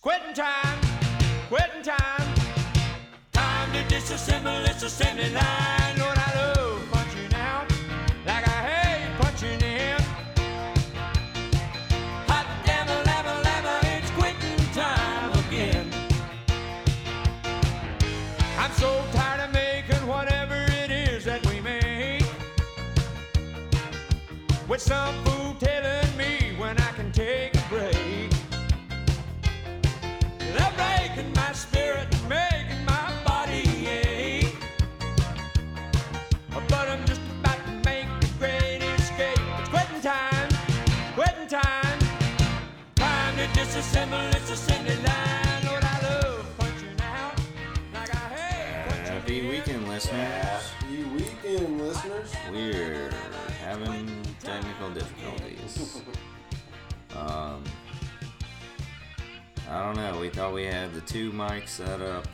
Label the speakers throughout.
Speaker 1: quitting time, quitting time. Time to disassemble this assembly line. Lord, I love punching out like I hate punching in. Hot damn, lava, lava, it's quitting time again. I'm so tired of making whatever it is that we make. With some fool telling me when I can take a break. They're breaking my spirit, making my body ache. But I'm just about to make the great escape. It's quitting time, quitting time. Time to disassemble this assembly line. Lord, I love punching out like I hate punching
Speaker 2: Happy
Speaker 1: in.
Speaker 2: weekend, listeners.
Speaker 3: You weekend listeners.
Speaker 2: We're having technical difficulties. Um, I don't know. We thought we had the two mics set up.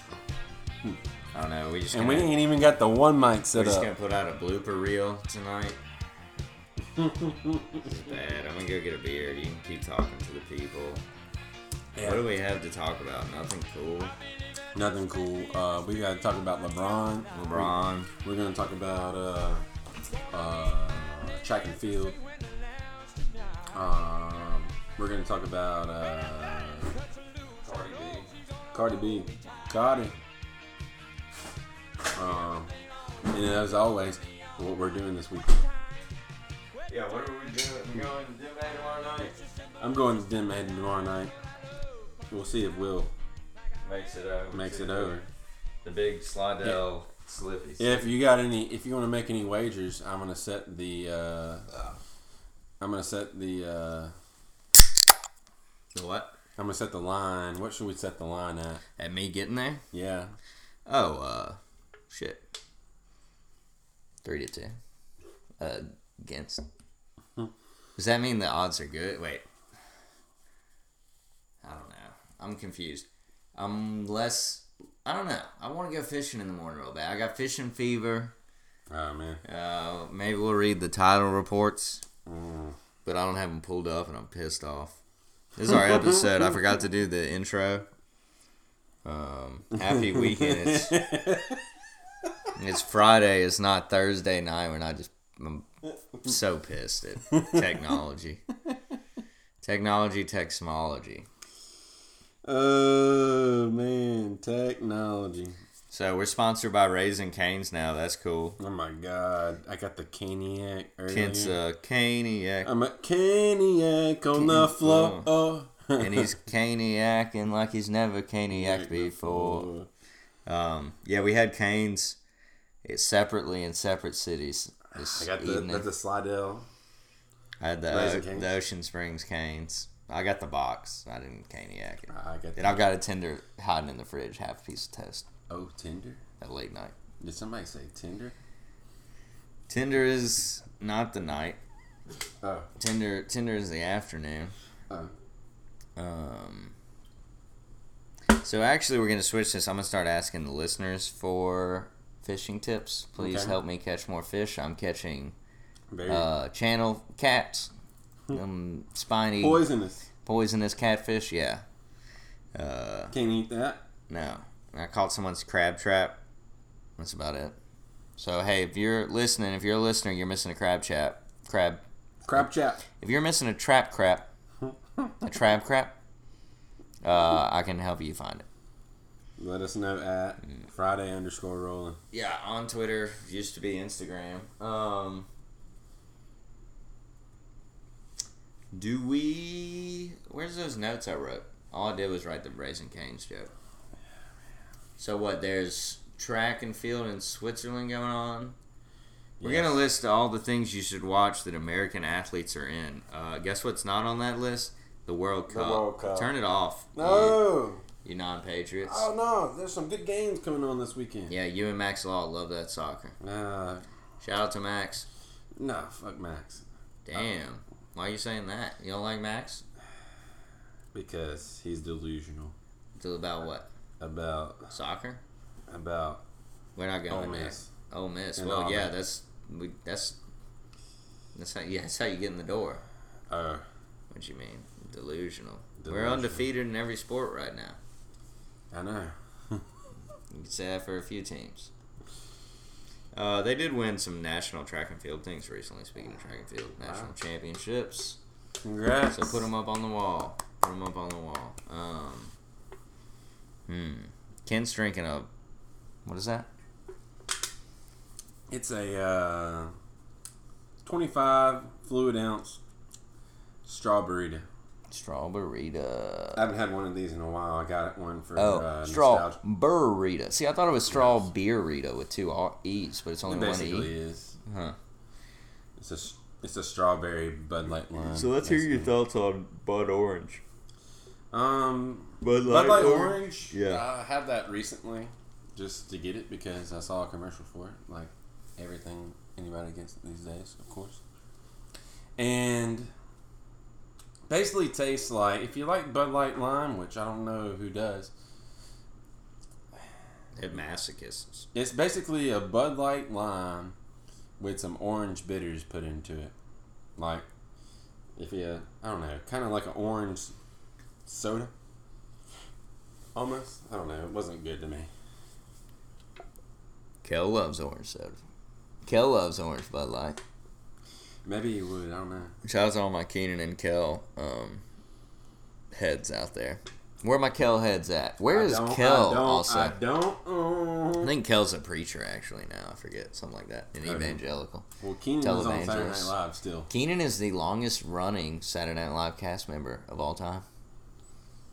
Speaker 2: I don't know. We just
Speaker 3: Hmm. And we
Speaker 2: kinda-
Speaker 3: ain't even got the one mic
Speaker 2: We're
Speaker 3: set
Speaker 2: just
Speaker 3: up.
Speaker 2: gonna put out a blooper reel tonight. This is bad. I'm gonna go get a beer. You can keep talking to the people.
Speaker 3: Yeah.
Speaker 2: What do we have to talk about? Nothing cool.
Speaker 3: Nothing cool. Uh, we got to talk about LeBron.
Speaker 2: LeBron.
Speaker 3: We're gonna talk about uh, uh, track and field. Um, we're gonna talk about uh, Cardi B. Cardi B. Cardi. Um, and as always, what we're doing this week.
Speaker 2: Yeah. What are we doing? We're going to Denver tomorrow night.
Speaker 3: I'm going to Denver tomorrow night. We'll see if Will
Speaker 2: Makes it over.
Speaker 3: makes it over.
Speaker 2: The big Slidell slippies.
Speaker 3: If you got any, if you want to make any wagers, I'm gonna set the. Uh, I'm gonna set the. Uh,
Speaker 2: What?
Speaker 3: I'm gonna set the line. What should we set the line at?
Speaker 2: At me getting there?
Speaker 3: Yeah,
Speaker 2: Oh, uh, shit. Three to two. Uh, against. Does that mean the odds are good? Wait. I don't know. I'm confused. I'm less. I don't know. I want to go fishing in the morning real bad. I got fishing fever.
Speaker 3: oh man,
Speaker 2: Uh, maybe we'll read the title reports,
Speaker 3: Mm.
Speaker 2: but I don't have them pulled up, and I'm pissed off. This is our episode. I forgot to do the intro. Um, happy weekend. It's, it's Friday. It's not Thursday night, and I just I'm so pissed at technology. technology, technology.
Speaker 3: oh man, technology.
Speaker 2: So we're sponsored by Raising Canes now. That's cool.
Speaker 3: Oh my god, I got the caniac earlier.
Speaker 2: Kent's a caniac,
Speaker 3: I'm a caniac on the floor.
Speaker 2: and he's caniacing like he's never caniac before. Um, yeah, we had canes it separately in separate cities. This
Speaker 3: I got the
Speaker 2: evening.
Speaker 3: that's the Slidell.
Speaker 2: I had the,
Speaker 3: Raisin
Speaker 2: o-
Speaker 3: Cane's.
Speaker 2: the Ocean Springs canes. I got the box. I didn't caniac it.
Speaker 3: I got
Speaker 2: And
Speaker 3: the
Speaker 2: I've got a tender hiding in the fridge, half a piece of toast
Speaker 3: oh Tinder.
Speaker 2: at late night.
Speaker 3: Did somebody say Tinder?
Speaker 2: Tinder is not the night.
Speaker 3: Oh,
Speaker 2: Tinder Tinder is the afternoon.
Speaker 3: oh.
Speaker 2: Um, so actually, we're gonna switch this. I'm gonna start asking the listeners for fishing tips. Please
Speaker 3: Okay.
Speaker 2: help me catch more fish. I'm catching
Speaker 3: Very
Speaker 2: uh, channel cats, um, spiny
Speaker 3: poisonous.
Speaker 2: poisonous catfish. Yeah, uh,
Speaker 3: Can't eat that.
Speaker 2: no, I caught someone's crab trap. That's about it. So hey, if you're listening, if you're a listener, you're missing a crab trap. Crab.
Speaker 3: Crab chap.
Speaker 2: If you're missing a trap crap, a trap crap, uh, I can help you find it.
Speaker 3: Let us know at
Speaker 2: Mm.
Speaker 3: Friday underscore rolling.
Speaker 2: Yeah, on Twitter used to be Instagram. Um, do we? Where's those notes I wrote? All I did was write the Raising Canes joke. So what? There's track and field in Switzerland going on. We're
Speaker 3: Yes.
Speaker 2: gonna list all the things you should watch that American athletes are in. Uh, guess what's not on that list? The World Cup.
Speaker 3: World Cup.
Speaker 2: Turn it off. You,
Speaker 3: No.
Speaker 2: you non-patriots.
Speaker 3: Oh no. There's some good games coming on this weekend.
Speaker 2: Yeah, you and Max Law love that soccer.
Speaker 3: Uh,
Speaker 2: Shout out to Max.
Speaker 3: no. Fuck Max
Speaker 2: Damn. Why are you saying that? You don't like Max?
Speaker 3: because he's delusional
Speaker 2: Till about what?
Speaker 3: about
Speaker 2: Soccer?
Speaker 3: about
Speaker 2: We're not
Speaker 3: Ole
Speaker 2: going there.
Speaker 3: Miss.
Speaker 2: Ole Miss.
Speaker 3: And
Speaker 2: well, yeah,
Speaker 3: Auburn.
Speaker 2: that's we, that's that's how yeah, that's how you get in the door.
Speaker 3: Uh,
Speaker 2: What you mean? Delusional.
Speaker 3: the
Speaker 2: We're undefeated in every sport right now.
Speaker 3: I know.
Speaker 2: You can say that for a few teams. Uh, they did win some national track and field things recently. Speaking of track and field, national championships.
Speaker 3: Congrats.
Speaker 2: So put them up on the wall. Put them up on the wall. Um, hmm. Ken's drinking a. What is that?
Speaker 3: It's a uh, 25 fluid ounce strawberry.
Speaker 2: Strawberry.
Speaker 3: I haven't had one of these in a while. I got one for
Speaker 2: Oh,
Speaker 3: uh,
Speaker 2: straw
Speaker 3: nostalgia.
Speaker 2: burrito. See, I thought it was straw beer burrito with two R- e's, but it's
Speaker 3: It
Speaker 2: only one
Speaker 3: basically
Speaker 2: e.
Speaker 3: is.
Speaker 2: Huh.
Speaker 3: It's a s- it's a strawberry Bud Light lime. basically.
Speaker 2: thoughts on Bud Orange.
Speaker 3: Um,
Speaker 2: Bud
Speaker 3: Bud Light Orange.
Speaker 2: Yeah.
Speaker 3: I had that recently, just to get it because I saw a commercial for it. Like everything anybody gets these days, of course. And basically tastes like if you like Bud Light Lime, which I don't know who does.
Speaker 2: They're masochists.
Speaker 3: It's basically a Bud Light Lime with some orange bitters put into it. Like if you, I don't know, kind of like an orange soda. Almost. I don't know. It wasn't good to me.
Speaker 2: Kel loves orange soda. Kel loves orange Bud Light.
Speaker 3: Maybe you would. I don't know.
Speaker 2: Shout out to all my Keenan and Kel um, heads out there. Where are my Kel heads at? Where is
Speaker 3: I don't-
Speaker 2: Kel
Speaker 3: I don't,
Speaker 2: also?
Speaker 3: I
Speaker 2: I,
Speaker 3: don't. um,
Speaker 2: think Kel's a preacher actually now. I forget something like that. An
Speaker 3: Okay.
Speaker 2: evangelical.
Speaker 3: Well, Keenan was on Saturday Night
Speaker 2: Televangelist.
Speaker 3: Live still.
Speaker 2: Keenan is the longest running Saturday Night Live cast member of all time.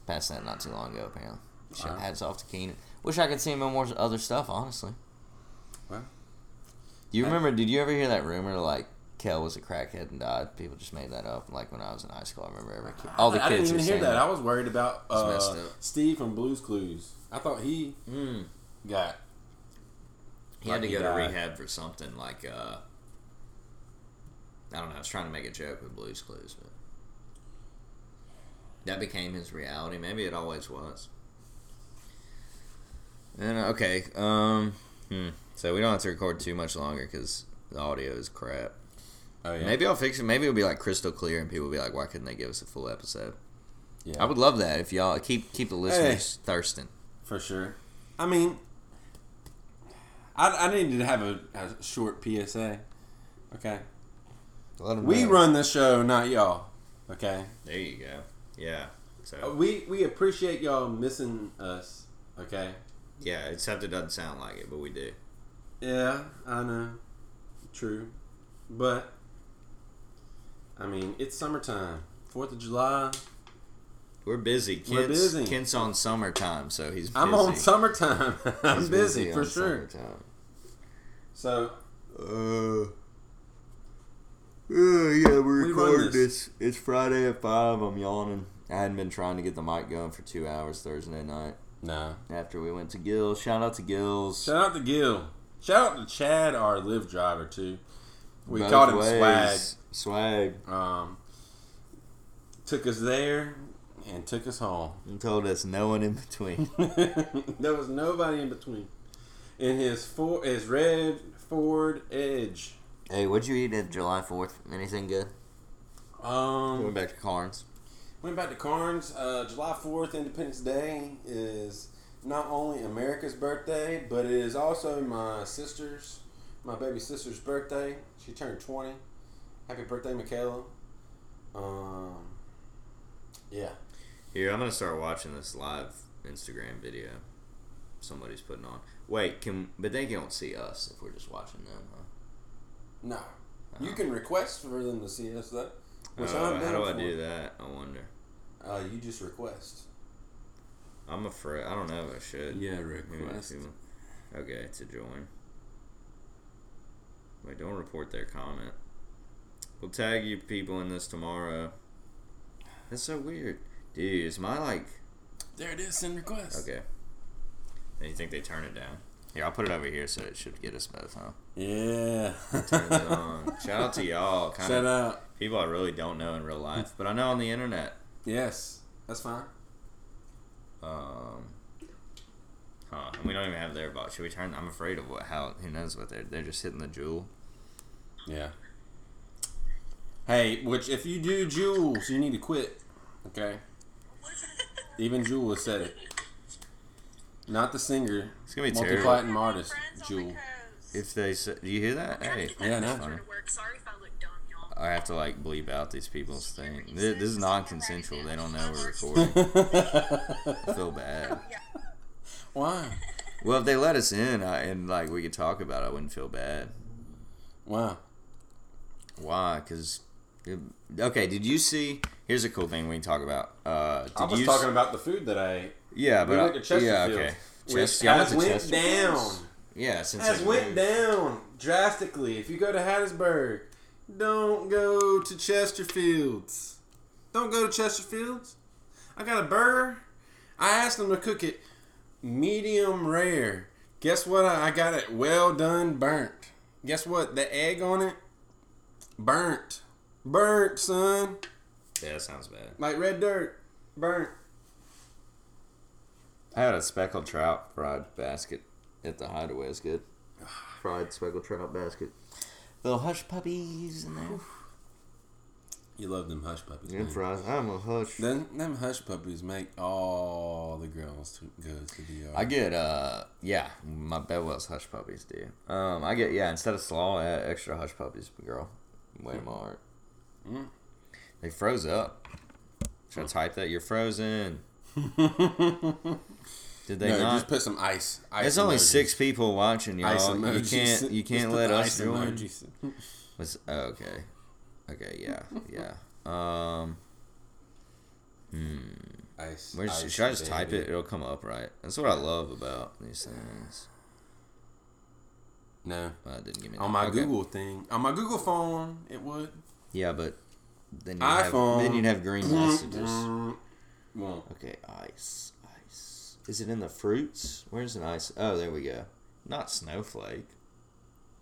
Speaker 2: Passed that not too long ago, apparently. Shit,
Speaker 3: Wow.
Speaker 2: Hats off to Keenan. Wish I could see him in more other stuff, honestly.
Speaker 3: Well.
Speaker 2: Do you
Speaker 3: I-
Speaker 2: remember? Did you ever hear that rumor like Kel was a crackhead and died? People just made that up. Like when I was in high school, I remember every kid, all the
Speaker 3: I didn't
Speaker 2: kids
Speaker 3: even
Speaker 2: were
Speaker 3: hear
Speaker 2: saying
Speaker 3: that. I was worried about uh,
Speaker 2: It's messed up.
Speaker 3: Steve from Blues Clues. I thought he
Speaker 2: Mm.
Speaker 3: got
Speaker 2: He had to
Speaker 3: Like he
Speaker 2: go to
Speaker 3: died.
Speaker 2: rehab for something like uh, I don't know. I was trying to make a joke with Blue's Clues, but that became his reality. Maybe it always was. And uh, okay, um, hmm. so we don't have to record too much longer because the audio is crap.
Speaker 3: Oh yeah.
Speaker 2: Maybe I'll fix it. Maybe it'll be like crystal clear, and people will be like, "Why couldn't they give us a full episode?"
Speaker 3: Yeah.
Speaker 2: I would love that if y'all keep keep the listeners thirsting.
Speaker 3: for sure. I mean, I, I needed to have a, a short PSA. Okay. We run the show, not y'all. Okay.
Speaker 2: There you go. Yeah. So
Speaker 3: Uh, We we appreciate y'all missing us. Okay.
Speaker 2: Yeah, except it doesn't sound like it, but we do.
Speaker 3: Yeah, I know. True. But I mean, it's summertime. Fourth of July.
Speaker 2: We're busy. Kent's,
Speaker 3: We're busy.
Speaker 2: Kent's on summertime, so he's busy.
Speaker 3: I'm on summertime. I'm
Speaker 2: He's
Speaker 3: busy, for
Speaker 2: on
Speaker 3: sure.
Speaker 2: summertime.
Speaker 3: So
Speaker 2: Uh, uh, yeah, we're
Speaker 3: We run
Speaker 2: recording
Speaker 3: this.
Speaker 2: this. It's Friday at 5. I'm yawning. I hadn't been trying to get the mic going for two hours Thursday night
Speaker 3: no.
Speaker 2: after we went to Gills. Shout out to Gills.
Speaker 3: Shout out to Gil. Shout out to Chad, our live driver too. We
Speaker 2: Both
Speaker 3: called him
Speaker 2: ways. Swag.
Speaker 3: Swag. Um, took us there and took us home.
Speaker 2: And told us no one in between.
Speaker 3: there was nobody in between. In his four, his red Ford Edge.
Speaker 2: hey, what'd you eat at July 4th? Anything good?
Speaker 3: Um,
Speaker 2: Going back to Carnes.
Speaker 3: Went back to Carnes. Uh, July 4th, Independence Day, is not only America's birthday, but it is also my sister's, my baby sister's birthday. She turned 20. Happy birthday, Michaela. Um, yeah.
Speaker 2: Here, I'm gonna start watching this live Instagram video somebody's putting on. Wait, can but they don't see us if we're just watching them, huh?
Speaker 3: No. You can request for them to see us, though. Which
Speaker 2: Oh,
Speaker 3: I'm
Speaker 2: Uh-huh. how
Speaker 3: down
Speaker 2: do I
Speaker 3: for.
Speaker 2: do that? I wonder.
Speaker 3: Uh, you just request.
Speaker 2: I'm afraid. I don't know if I should.
Speaker 3: Yeah,
Speaker 2: Maybe I
Speaker 3: request.
Speaker 2: should. Okay, to join. Wait, don't report their comment. We'll tag you people in this tomorrow. That's so weird, dude. Is my like
Speaker 3: There it is, send request.
Speaker 2: okay? And you think they turn it down? Here, I'll put it over here so it should get us both, huh?
Speaker 3: Yeah.
Speaker 2: Turn it on. uh, Shout out to y'all. Kind
Speaker 3: Shout
Speaker 2: of
Speaker 3: out.
Speaker 2: people I really don't know in real life, but I know on the internet.
Speaker 3: Yes. That's fine.
Speaker 2: Um, huh? And we don't even have their bot. Should we turn? I'm afraid of what how who knows what they're they're just hitting the jewel.
Speaker 3: Yeah. Hey, which if you do jewels, you need to quit. Okay.
Speaker 4: What
Speaker 3: Even Jewel has said it. Not the singer.
Speaker 2: It's gonna be
Speaker 3: multi
Speaker 2: terrible.
Speaker 3: platinum artist, Jewel.
Speaker 2: If they say, do you hear that? Hey,
Speaker 3: Yeah, I
Speaker 2: that's
Speaker 3: know.
Speaker 2: funny.
Speaker 4: Sorry if I look dumb, y'all.
Speaker 2: I have to like bleep out these people's thing. Thi- This, is non-consensual. They don't know we're recording. I feel bad.
Speaker 3: Why?
Speaker 2: Well, if they let us in I, and like we could talk about, it, I wouldn't feel bad.
Speaker 3: Why?
Speaker 2: Why? Because okay. Did you see? Here's a cool thing we can talk about. Uh, did
Speaker 3: I was
Speaker 2: you
Speaker 3: talking about the food that I ate.
Speaker 2: Yeah,
Speaker 3: We
Speaker 2: but
Speaker 3: went
Speaker 2: I-
Speaker 3: to Chesterfield.
Speaker 2: yeah, okay.
Speaker 3: which
Speaker 2: Chester, yeah, I went
Speaker 3: has
Speaker 2: to
Speaker 3: went
Speaker 2: Chesterfield.
Speaker 3: down.
Speaker 2: Yeah, since
Speaker 3: Has
Speaker 2: they
Speaker 3: went
Speaker 2: moved.
Speaker 3: down drastically. If you go to Hattiesburg, don't go to Chesterfields. Don't go to Chesterfields. I got a burger. I asked them to cook it medium rare. Guess what? I I got it well done burnt. Guess what? The egg on it burnt. Burnt, son.
Speaker 2: Yeah, that sounds bad.
Speaker 3: Like red dirt. Burnt.
Speaker 2: I had a speckled trout fried basket at the hideaway. It's good. Fried speckled trout basket. Little hush puppies in there.
Speaker 3: You love them hush puppies.
Speaker 2: And fries. I'm a hush.
Speaker 3: Them, them hush puppies make all the girls to go to the yard.
Speaker 2: I get uh yeah, my Bedwell's hush puppies do. Um, I get yeah instead of slaw, I had extra hush puppies, girl. Way more. They froze up. Should I type that? You're frozen. Did they
Speaker 3: no,
Speaker 2: not?
Speaker 3: just put some ice. ice
Speaker 2: It's only
Speaker 3: emojis.
Speaker 2: six people watching,
Speaker 3: Ice
Speaker 2: y'all. You
Speaker 3: emojis.
Speaker 2: can't you
Speaker 3: Just
Speaker 2: can't
Speaker 3: put
Speaker 2: let
Speaker 3: the
Speaker 2: us
Speaker 3: ice
Speaker 2: join.
Speaker 3: emojis.
Speaker 2: Was oh, okay, okay, yeah, yeah. Um,
Speaker 3: Ice.
Speaker 2: where's,
Speaker 3: ice,
Speaker 2: should I just type
Speaker 3: baby.
Speaker 2: it? It'll come up right. That's what I love about these things.
Speaker 3: No.
Speaker 2: Uh, it didn't give me
Speaker 3: On
Speaker 2: that.
Speaker 3: my
Speaker 2: Okay.
Speaker 3: Google thing, on my Google phone, it would.
Speaker 2: Yeah, but then you have then
Speaker 3: iPhone.
Speaker 2: you'd have green messages.
Speaker 3: Mm-hmm. Well,
Speaker 2: Okay, ice, ice. Is it in the fruits? Where's an ice? Oh, there we go. Not snowflake.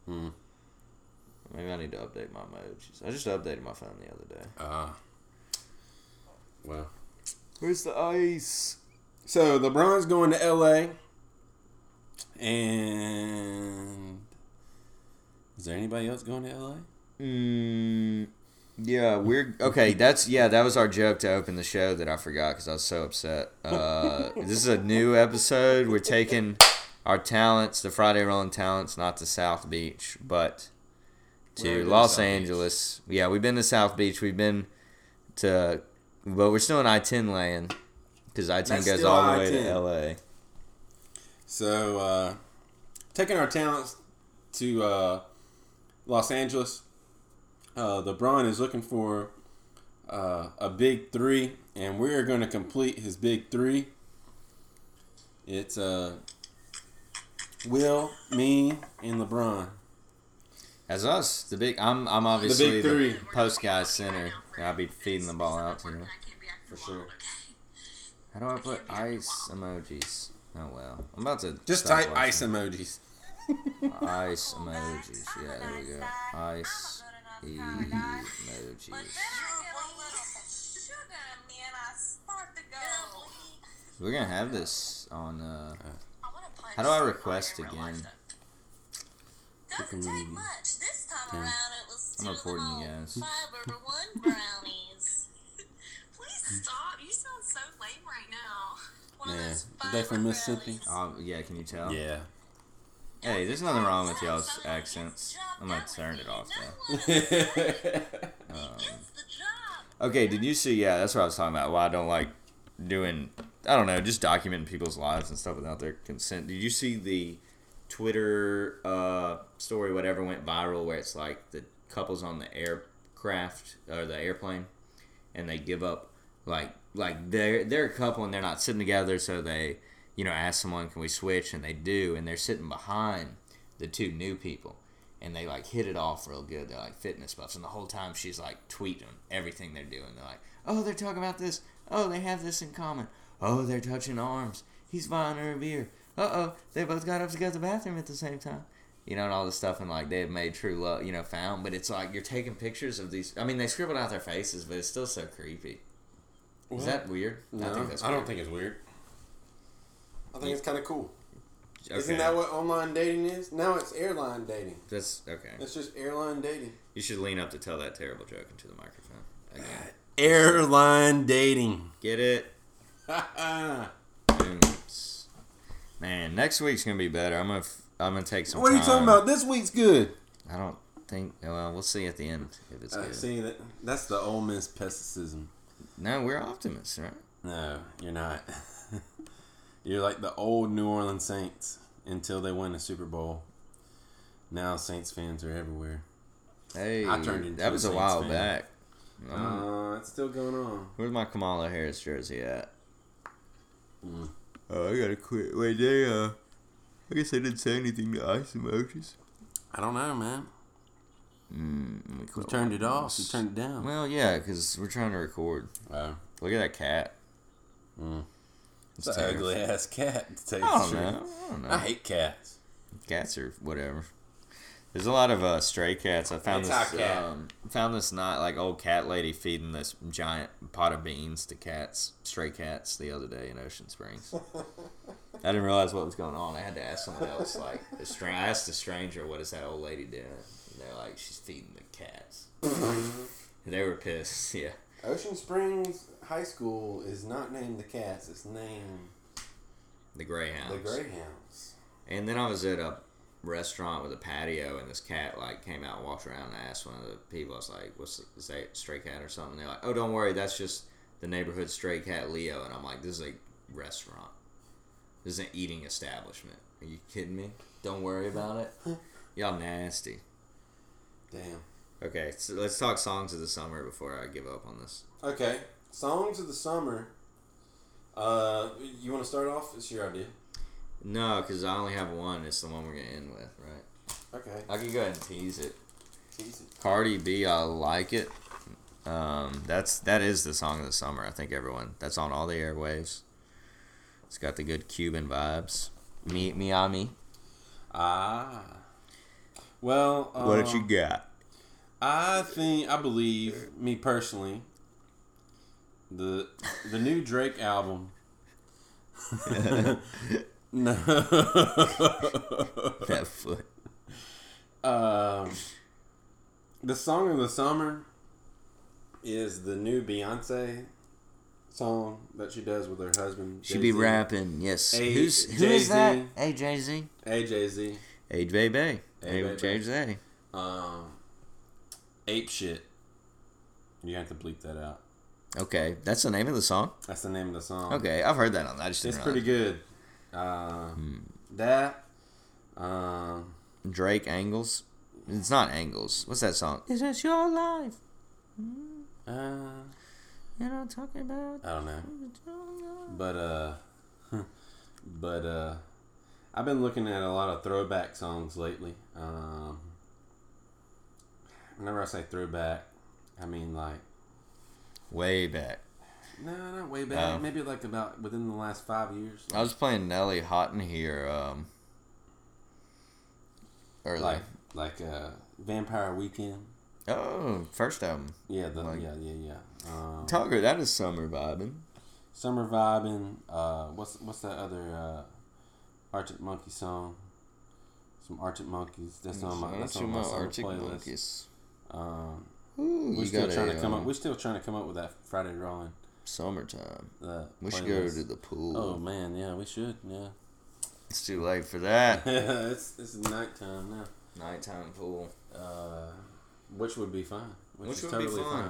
Speaker 3: Hmm.
Speaker 2: Maybe I need to update my emojis. I just updated my phone the other day.
Speaker 3: uh, well.
Speaker 2: Where's the ice?
Speaker 3: So LeBron's going to LA, and is there anybody else going to LA?
Speaker 2: Mm, yeah, we're okay. That's yeah. That was our joke to open the show that I forgot because I was so upset. Uh, this is a new episode. We're taking our talents, the Friday Rolling talents, not to South Beach, but
Speaker 3: Well, we've
Speaker 2: to
Speaker 3: been to
Speaker 2: Los
Speaker 3: South Beach.
Speaker 2: Angeles. Yeah, we've been to South Beach. We've been to, but we're still in I ten land because I ten
Speaker 3: That's
Speaker 2: goes
Speaker 3: still
Speaker 2: all the way to
Speaker 3: I-10.
Speaker 2: L.A.
Speaker 3: So, uh, taking our talents to uh, Los Angeles, uh, LeBron is looking for uh, a big three, and we're going to complete his big three. It's uh, Will, me, and LeBron.
Speaker 2: As us, the big I'm I'm obviously the,
Speaker 3: three.
Speaker 2: post guy center. and I'll be feeding the ball out to you.
Speaker 3: For sure.
Speaker 2: How do I put ice emojis? Oh well, I'm about to
Speaker 3: Just
Speaker 2: stop
Speaker 3: type ice
Speaker 2: watching.
Speaker 3: emojis.
Speaker 2: ice emojis. Yeah, there we go. Ice emojis. We're gonna have this on. Uh, How do I request again? Hmm.
Speaker 4: Doesn't take much. This time around, it was
Speaker 2: I'm
Speaker 4: two
Speaker 2: recording you
Speaker 4: little
Speaker 2: guys.
Speaker 4: Fiber one brownies.
Speaker 2: Hmm.
Speaker 4: Please stop. You sound so lame right now. One of
Speaker 3: Yeah.
Speaker 4: those
Speaker 3: Are they from
Speaker 4: fiber
Speaker 3: Mississippi?
Speaker 4: brownies.
Speaker 2: oh, yeah, can you tell?
Speaker 3: Yeah.
Speaker 2: Oh, Hey, there's nothing wrong with y'all's accents. I'm gonna turn it off though.
Speaker 4: It's the job.
Speaker 2: Okay, did you see? Yeah, that's what I was talking about. Why I don't like doing. I don't know, just documenting people's lives and stuff without their consent. Did you see the Twitter uh, story, whatever went viral, where it's like the couples on the aircraft or the airplane, and they give up, like like they're they're a couple and they're not sitting together, so they you know ask someone, can we switch, and they do, and they're sitting behind the two new people and they like hit it off real good. They're like fitness buffs, and the whole time she's like tweeting everything they're doing. They're like, "Oh, they're talking about this. Oh, they have this in common. Oh, they're touching arms. He's buying her a beer. Uh oh, they both got up to go to the bathroom at the same time. You know, and all this stuff, and like they have made true love, you know, found. But it's like you're taking pictures of these. I mean, they scribbled out their faces, but it's still so creepy. Is that weird?
Speaker 3: No, I, don't think it's weird. I think it's kind of cool.
Speaker 2: Okay.
Speaker 3: Isn't that what online dating is? Now it's airline dating.
Speaker 2: That's okay.
Speaker 3: It's just airline dating.
Speaker 2: You should lean up to tell that terrible joke into the microphone. Again.
Speaker 3: Airline dating.
Speaker 2: Get it? Oops. Man, next week's gonna be better. I'm gonna f- I'm gonna take some.
Speaker 3: what are you
Speaker 2: time.
Speaker 3: talking about? This week's good.
Speaker 2: I don't think. Well, we'll see at the end if it's
Speaker 3: Uh,
Speaker 2: good.
Speaker 3: see, that, that's the Ole Miss pessimism.
Speaker 2: No, we're optimists, right?
Speaker 3: No, you're not. you're like the old New Orleans Saints until they win the Super Bowl. Now Saints fans are everywhere.
Speaker 2: Hey,
Speaker 3: I turned into
Speaker 2: that was
Speaker 3: a
Speaker 2: a
Speaker 3: Saints
Speaker 2: while
Speaker 3: fan.
Speaker 2: back. Um,
Speaker 3: Uh, it's still going on.
Speaker 2: where's my Kamala Harris jersey at?
Speaker 3: Mm.
Speaker 2: Oh, I gotta quit. Wait, they uh, I guess they didn't say anything to ice emojis.
Speaker 3: I don't know, man.
Speaker 2: Let me
Speaker 3: You
Speaker 2: quit.
Speaker 3: turned it off. You turned it down.
Speaker 2: Well, yeah, because we're trying to record.
Speaker 3: Oh,
Speaker 2: Look at that cat. Mm.
Speaker 3: it's Oh, an ugly ass cat. To tell you
Speaker 2: I
Speaker 3: the
Speaker 2: don't know.
Speaker 3: truth.
Speaker 2: I don't know.
Speaker 3: I hate cats.
Speaker 2: cats or whatever. There's a lot of uh, stray cats. I found
Speaker 3: It's our
Speaker 2: this.
Speaker 3: cat.
Speaker 2: Um, found this not like old cat lady feeding this giant pot of beans to cats, stray cats, the other day in Ocean Springs. I didn't realize what was going on. I had to ask someone else. Like, a str- I asked a stranger, "What is that old lady doing?" And they're like, "She's feeding the cats." And they were pissed. Yeah.
Speaker 3: Ocean Springs High School is not named the Cats. It's named
Speaker 2: The greyhounds.
Speaker 3: the Greyhounds.
Speaker 2: And then I was at a restaurant with a patio, and this cat like came out and walked around and asked one of the people, "I was like, what's is that a stray cat or something?" They're like, "Oh, don't worry, that's just the neighborhood stray cat Leo." And I'm like, "This is a restaurant. This is an eating establishment. Are you kidding me? Don't worry about it. Y'all nasty."
Speaker 3: Damn.
Speaker 2: Okay, so let's talk songs of the summer before I give up on this.
Speaker 3: Okay. Songs of the summer. Uh, you want to start off? It's your idea.
Speaker 2: No, because I only have one. It's the one we're gonna end with, right?
Speaker 3: Okay.
Speaker 2: I can go ahead and tease it.
Speaker 3: Tease it.
Speaker 2: Cardi B, I like it. Um, that's that is the song of the summer. I think everyone that's on all the airwaves. It's got the good Cuban vibes. Mi Miami.
Speaker 3: Ah. Well, um,
Speaker 2: got?
Speaker 3: I think I believe me personally. The the new Drake album. no.
Speaker 2: That foot.
Speaker 3: Um, the song of the summer is the new Beyonce song that she does with her husband.
Speaker 2: She be
Speaker 3: Jay-Z.
Speaker 2: rapping. Yes.
Speaker 3: Hey,
Speaker 2: Who's who is
Speaker 3: Jay-Z.
Speaker 2: that? Hey Jay Z.
Speaker 3: Hey Jay Z,
Speaker 2: Hey Jay Bay.
Speaker 3: Hey,
Speaker 2: Hey
Speaker 3: Bay
Speaker 2: Jay
Speaker 3: Bay.
Speaker 2: Z.
Speaker 3: um, ape shit. You have to bleep that out.
Speaker 2: Okay, that's the name of the song.
Speaker 3: That's the name of the song.
Speaker 2: Okay, I've heard that on. I just
Speaker 3: it's
Speaker 2: didn't
Speaker 3: pretty good. Uh,
Speaker 2: Hmm.
Speaker 3: That. Um,
Speaker 2: good. Drake Angles. It's not Angles. What's that song? Is this your life?
Speaker 3: uh, I
Speaker 2: You know, talking about.
Speaker 3: don't know. But uh, but uh, I've been looking at a lot of throwback songs lately. Um, whenever I say throwback, I mean like
Speaker 2: Way back.
Speaker 3: no, not way back.
Speaker 2: Oh.
Speaker 3: Maybe like about within the last five years.
Speaker 2: I was playing Nelly Hot in here. Um, or
Speaker 3: Like like uh, Vampire Weekend.
Speaker 2: oh, first album.
Speaker 3: Yeah, the,
Speaker 2: Like-
Speaker 3: yeah, yeah, yeah. Um,
Speaker 2: Tugger, that is summer vibing.
Speaker 3: Summer vibing. Uh, what's what's that other uh, Arctic Monkey song? Some Arctic Monkeys. That's on Oh, my that's on my summer
Speaker 2: uh, Arctic
Speaker 3: playlist.
Speaker 2: Monkeys.
Speaker 3: Um,
Speaker 2: Ooh,
Speaker 3: We're
Speaker 2: you
Speaker 3: still
Speaker 2: got
Speaker 3: trying
Speaker 2: a,
Speaker 3: to come up.
Speaker 2: um,
Speaker 3: We're still trying to come up with that Friday drawing.
Speaker 2: summertime.
Speaker 3: Uh,
Speaker 2: We should go
Speaker 3: playlist.
Speaker 2: to the pool.
Speaker 3: Oh man, yeah, we should. Yeah,
Speaker 2: It's too late for that.
Speaker 3: it's it's nighttime now,
Speaker 2: Nighttime pool.
Speaker 3: uh, which would be fine.
Speaker 2: Which would be fine.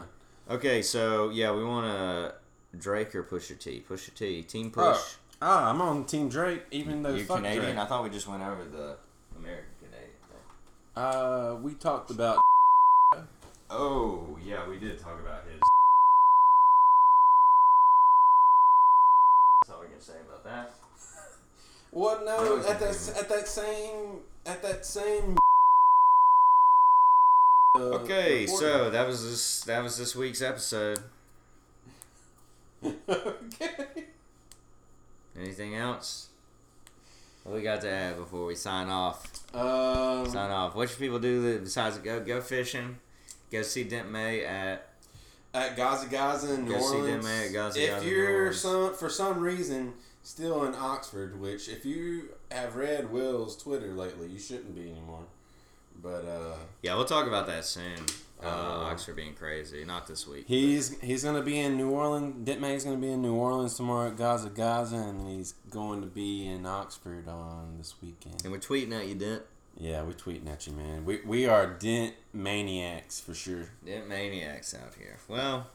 Speaker 2: Okay, so yeah, we want to Drake or Pusha T. Pusha T. Team Push.
Speaker 3: Oh, ah, I'm on Team Drake, even though
Speaker 2: You're
Speaker 3: fuck
Speaker 2: Canadian. I
Speaker 3: Drake.
Speaker 2: thought we just went over the American Canadian. thing.
Speaker 3: Uh, we talked about.
Speaker 2: Oh, yeah, we did talk about his. That's all we can say about that.
Speaker 3: Well, no,
Speaker 2: That was
Speaker 3: at that
Speaker 2: amazing.
Speaker 3: at that same at that same. uh,
Speaker 2: Okay,
Speaker 3: reporter.
Speaker 2: so that was this that was this week's episode.
Speaker 3: okay.
Speaker 2: Anything else? What we got to add before we sign off?
Speaker 3: Um,
Speaker 2: Sign off. What should people do that besides go go fishing? Go see Dent May at
Speaker 3: at Gaza Gaza in New
Speaker 2: Go see them
Speaker 3: Orleans.
Speaker 2: at Gaza
Speaker 3: if
Speaker 2: Gaza in New
Speaker 3: you're
Speaker 2: Orleans.
Speaker 3: some for some reason still in Oxford, which if you have read Will's Twitter lately, you shouldn't be anymore. But uh,
Speaker 2: Yeah, we'll talk about that soon. Uh, Oxford being crazy. Not this week.
Speaker 3: He's he's gonna be in New Orleans. Ditmay's gonna be in New Orleans tomorrow at Gaza Gaza, and he's going to be in Oxford on this weekend.
Speaker 2: and we're tweeting at you, Dent.
Speaker 3: Yeah, we tweeting at you, man. We we are Dent maniacs for sure.
Speaker 2: Dent maniacs out here. Well,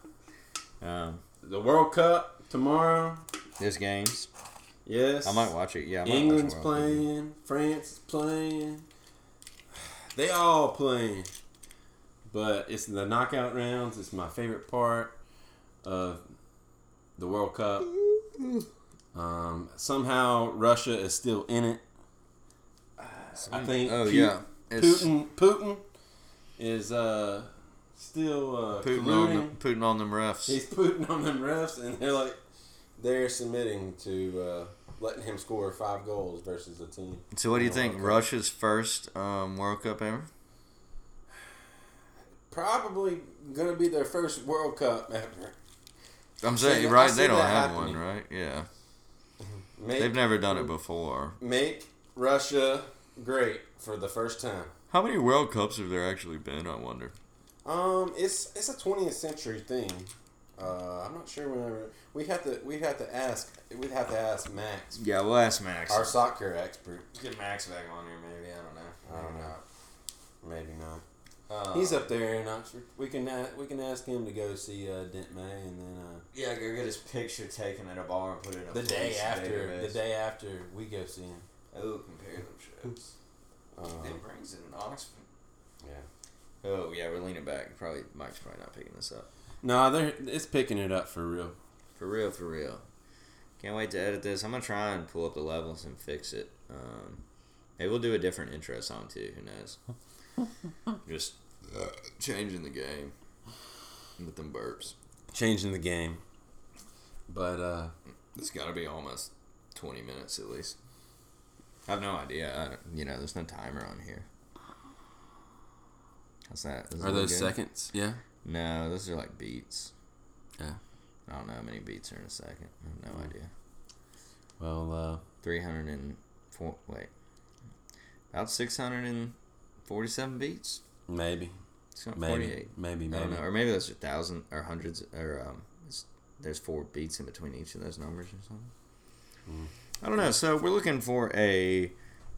Speaker 2: um,
Speaker 3: The World Cup tomorrow.
Speaker 2: there's games.
Speaker 3: Yes,
Speaker 2: I might watch it. Yeah, I might watch
Speaker 3: England's
Speaker 2: the World Cup.
Speaker 3: playing. France is playing. They all playing. But it's the knockout rounds. It's my favorite part of the World Cup.
Speaker 2: Mm-hmm.
Speaker 3: Um, somehow Russia is still in it. I think.
Speaker 2: Oh
Speaker 3: Pu-
Speaker 2: yeah, it's
Speaker 3: Putin. Putin is uh, still uh,
Speaker 2: Putin on
Speaker 3: colluding.
Speaker 2: them, Putin on them refs.
Speaker 3: He's putting on them refs, and they're like, they're submitting to uh, letting him score five goals versus a team.
Speaker 2: so what do you
Speaker 3: Yeah,
Speaker 2: think?
Speaker 3: World Cup.
Speaker 2: Russia's first um, World Cup ever.
Speaker 3: Probably gonna be their first World Cup ever.
Speaker 2: I'm
Speaker 3: See,
Speaker 2: saying
Speaker 3: I
Speaker 2: right.
Speaker 3: see
Speaker 2: They don't
Speaker 3: that
Speaker 2: have
Speaker 3: happening.
Speaker 2: one, right? Yeah,
Speaker 3: Make,
Speaker 2: they've never done it before.
Speaker 3: make Russia great for the first time.
Speaker 2: How many World Cups have there actually been? I wonder.
Speaker 3: Um, it's it's a 20th century thing. Uh, I'm not sure whenever we have to we have to ask we'd have to ask Max,
Speaker 2: Yeah, we'll ask Max.
Speaker 3: our soccer expert. Get Max back on here, maybe. I don't know. I don't know. Maybe not. He's
Speaker 2: Um,
Speaker 3: up there in Oxford. We can uh, we can ask him to go see uh, Dent May, and then uh,
Speaker 5: Yeah, go get his picture taken at a bar and put it in a
Speaker 3: the day
Speaker 5: police
Speaker 3: after
Speaker 5: database.
Speaker 3: the day after we go see him.
Speaker 5: Oh, compare them shits.
Speaker 3: Um,
Speaker 5: It brings it in Oxford.
Speaker 3: yeah.
Speaker 2: Oh yeah, we're leaning back. Probably Mike's probably not picking this up.
Speaker 3: No, they're it's picking it up for real.
Speaker 2: For real, for real. Can't wait to edit this. I'm gonna try and pull up the levels and fix it. Um, maybe we'll do a different intro song too. Who knows? Just uh, changing the game with them burps.
Speaker 3: Changing the game, but uh,
Speaker 2: It's got to be almost 20 minutes at least. I have no idea. I don't- you know, there's no timer on here. How's that? Is
Speaker 3: are
Speaker 2: it
Speaker 3: those
Speaker 2: good?
Speaker 3: seconds? Yeah.
Speaker 2: No, those are like beats.
Speaker 3: Yeah.
Speaker 2: I don't know how many beats are in a second. I have no idea.
Speaker 3: Well, uh,
Speaker 2: 300 and four, wait, about 647 beats.
Speaker 3: maybe,
Speaker 2: It's not
Speaker 3: maybe,
Speaker 2: 48.
Speaker 3: maybe,
Speaker 2: I don't
Speaker 3: maybe.
Speaker 2: know, or maybe those are thousand or hundreds or um, it's, there's four beats in between each of those numbers or something.
Speaker 3: Hmm.
Speaker 2: I don't know. So we're looking for a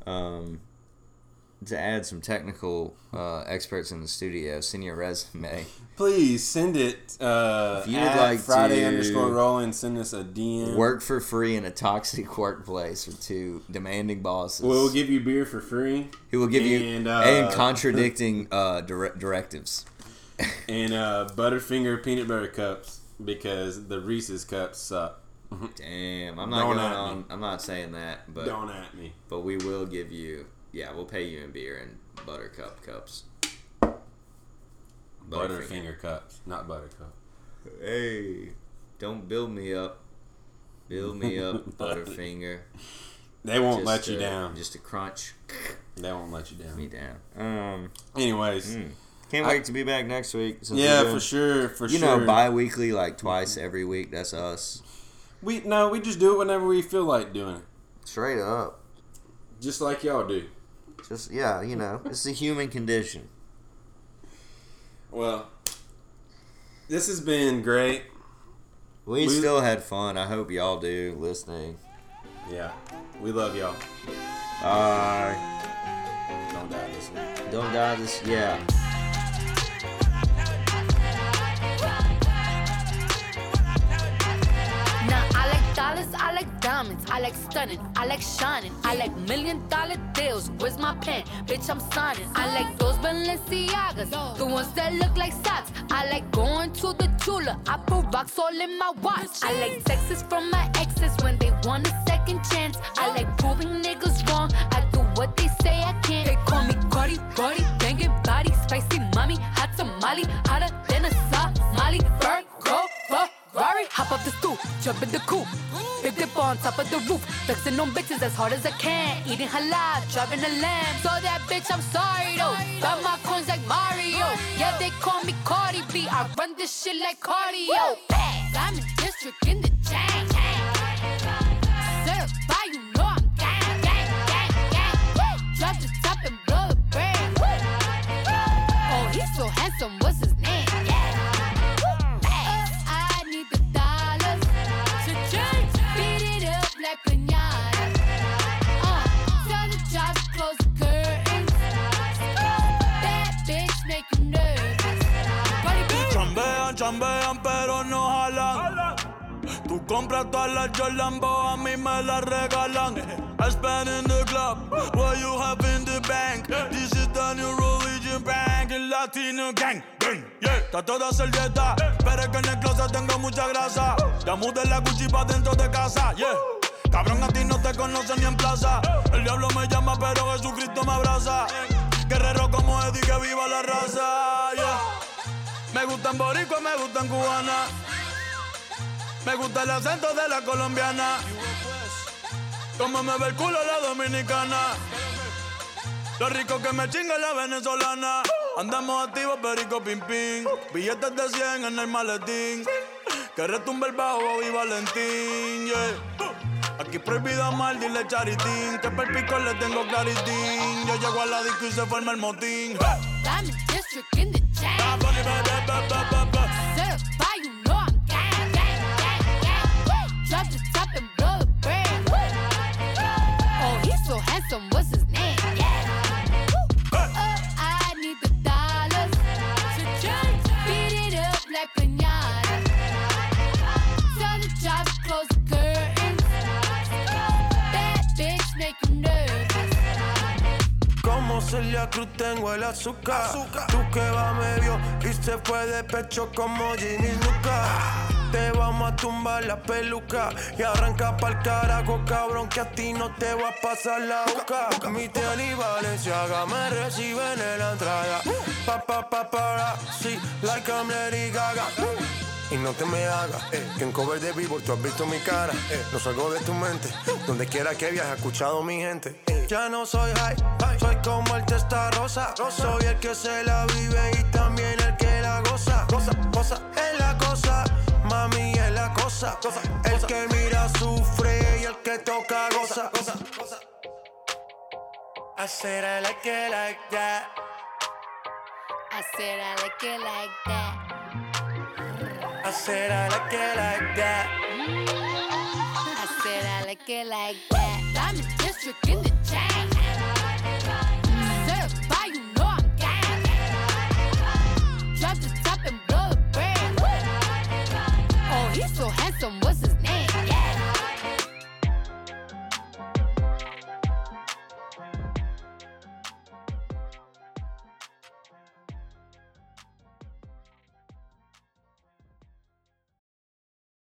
Speaker 2: um, to add some technical uh, experts in the studio. Send your resume.
Speaker 3: Please send it. Uh,
Speaker 2: If you would
Speaker 3: at
Speaker 2: like
Speaker 3: Friday
Speaker 2: to-
Speaker 3: underscore Roland, send us a DM.
Speaker 2: Work for free in a toxic workplace with two demanding bosses
Speaker 3: We'll give you beer for free.
Speaker 2: who will give you
Speaker 3: and, uh,
Speaker 2: and contradicting uh, dire- directives.
Speaker 3: and uh, Butterfinger peanut butter cups because the Reese's cups suck.
Speaker 2: Damn, I'm not
Speaker 3: Don't
Speaker 2: going
Speaker 3: at me.
Speaker 2: on. I'm not saying that, but
Speaker 3: Don't at me.
Speaker 2: but we will give you. Yeah, we'll pay you in beer and buttercup cups.
Speaker 3: Butterfinger cups, not buttercup.
Speaker 2: Hey, don't build me up. Build me up, Butterfinger.
Speaker 3: They
Speaker 2: Just
Speaker 3: won't let you
Speaker 2: to-
Speaker 3: down.
Speaker 2: Just to crunch
Speaker 3: uh, they won't let you
Speaker 2: me
Speaker 3: down.
Speaker 2: down. Um,
Speaker 3: Anyways,
Speaker 2: mm. can't
Speaker 3: I-
Speaker 2: wait to be back next week. since
Speaker 3: yeah,
Speaker 2: we're doing-
Speaker 3: for sure, for
Speaker 2: You
Speaker 3: sure.
Speaker 2: know, bi-weekly, like twice every week. That's us.
Speaker 3: we no, we just do it whenever we feel like doing it,
Speaker 2: Straight up.
Speaker 3: just like y'all do.
Speaker 2: Just yeah, you know, it's the human condition.
Speaker 3: Well, this has been great.
Speaker 2: We,
Speaker 3: We-
Speaker 2: still had fun. I hope y'all do listening.
Speaker 3: Yeah, we love y'all.
Speaker 2: Bye.
Speaker 3: Don't die this week.
Speaker 2: Don't die this. Yeah.
Speaker 6: Now I like dollars, I like diamonds, I like stunning, I like shining, I like million dollar deals. Where's my pen? Bitch, I'm signing. I like those Balenciagas, the ones that look like socks. I like going to the Tula, I put rocks all in my watch. I like sexes from my exes when they want a second chance. I like proving niggas wrong. I do what they say I can't. They call me Cardi, Cardi, banging body, spicy mommy, hot tamale, hotter than a Somali. Bird, go, fuck. Rory, hop up the stoop, jump in the coop. Big dip on top of the roof, flexing on bitches as hard as I can. Eating halal, driving a lamb. So that bitch, I'm sorry though. Got my coins like Mario. Yeah, they call me Cardi B. I run this shit like cardio. I'm in district in the chain. Serve by you know I'm gang, gang, gang, gang. Drop the top and blow the brain. Oh, he's so handsome, what's his Uh,
Speaker 7: Compra todas las Jolambo, a mí me las regalan. I spend in the club, what you have in the bank. This is the new religion bank, el latino gang. gang, yeah. Está toda servieta, pero es que en el closet tengo mucha grasa. Ya mudé la Gucci pa' dentro de casa, yeah. Cabrón, a ti no te conocen ni en plaza. El diablo me llama, pero Jesucristo me abraza. Guerrero como Eddie, que viva la raza. yeah. Me gustan boricua, me gustan cubana. Me gusta el acento de la colombiana. Como me ve el culo la dominicana. Lo rico que me chinga la venezolana. Andamos activos, perico pim pim. Billetes de 100 en el maletín. Que retumbe el bajo y Valentín, yeah. Aquí prohibido mal, dile charitín. Que per pico le tengo claritín. Yo llego a la disco y se forma el motín. Hey.
Speaker 6: Diamond District in the
Speaker 7: Ah,
Speaker 6: chain.
Speaker 7: bunny, ba, ba, ba, ba, ba, ba.
Speaker 6: Certify, you know I'm gang, gang, gang, gang. Drop the top and blow the brand. Oh, he's so handsome, what's his name? Yeah. Oh, I need the dollars. Beat it up like pinata. Tell the job to close the curtains. Bad bitch, make him nervous.
Speaker 7: Como Celia Cruz tengo el azúcar. Tú que va medio y se fue de pecho como Ginny Luca. Te vamos a tumbar la peluca y arranca pa'l carajo, cabrón, que a ti no te va a pasar la boca. Mi tele y Valenciaga me reciben en la entrada. Pa, pa, pa, para, sí, like I'm Lady Gaga. Y no te me hagas, eh, que en cover de vivo tú has visto mi cara. eh, no salgo de tu mente, donde quiera que viajes, escuchado mi gente. eh. Ya no soy high, soy como el testa rosa. Soy el que se la vive y también el que la goza. Goza, goza, es la cosa, mami es la cosa. el que mira sufre y el que toca goza. goza, goza. I said I like it like that.
Speaker 6: I said I like it like that.
Speaker 7: I said I like it like that.
Speaker 6: I said I like it like that. Diamond District in the chain. Certify, you know I'm gang. Drop the top and blow the brand. Oh, he's so handsome, what's his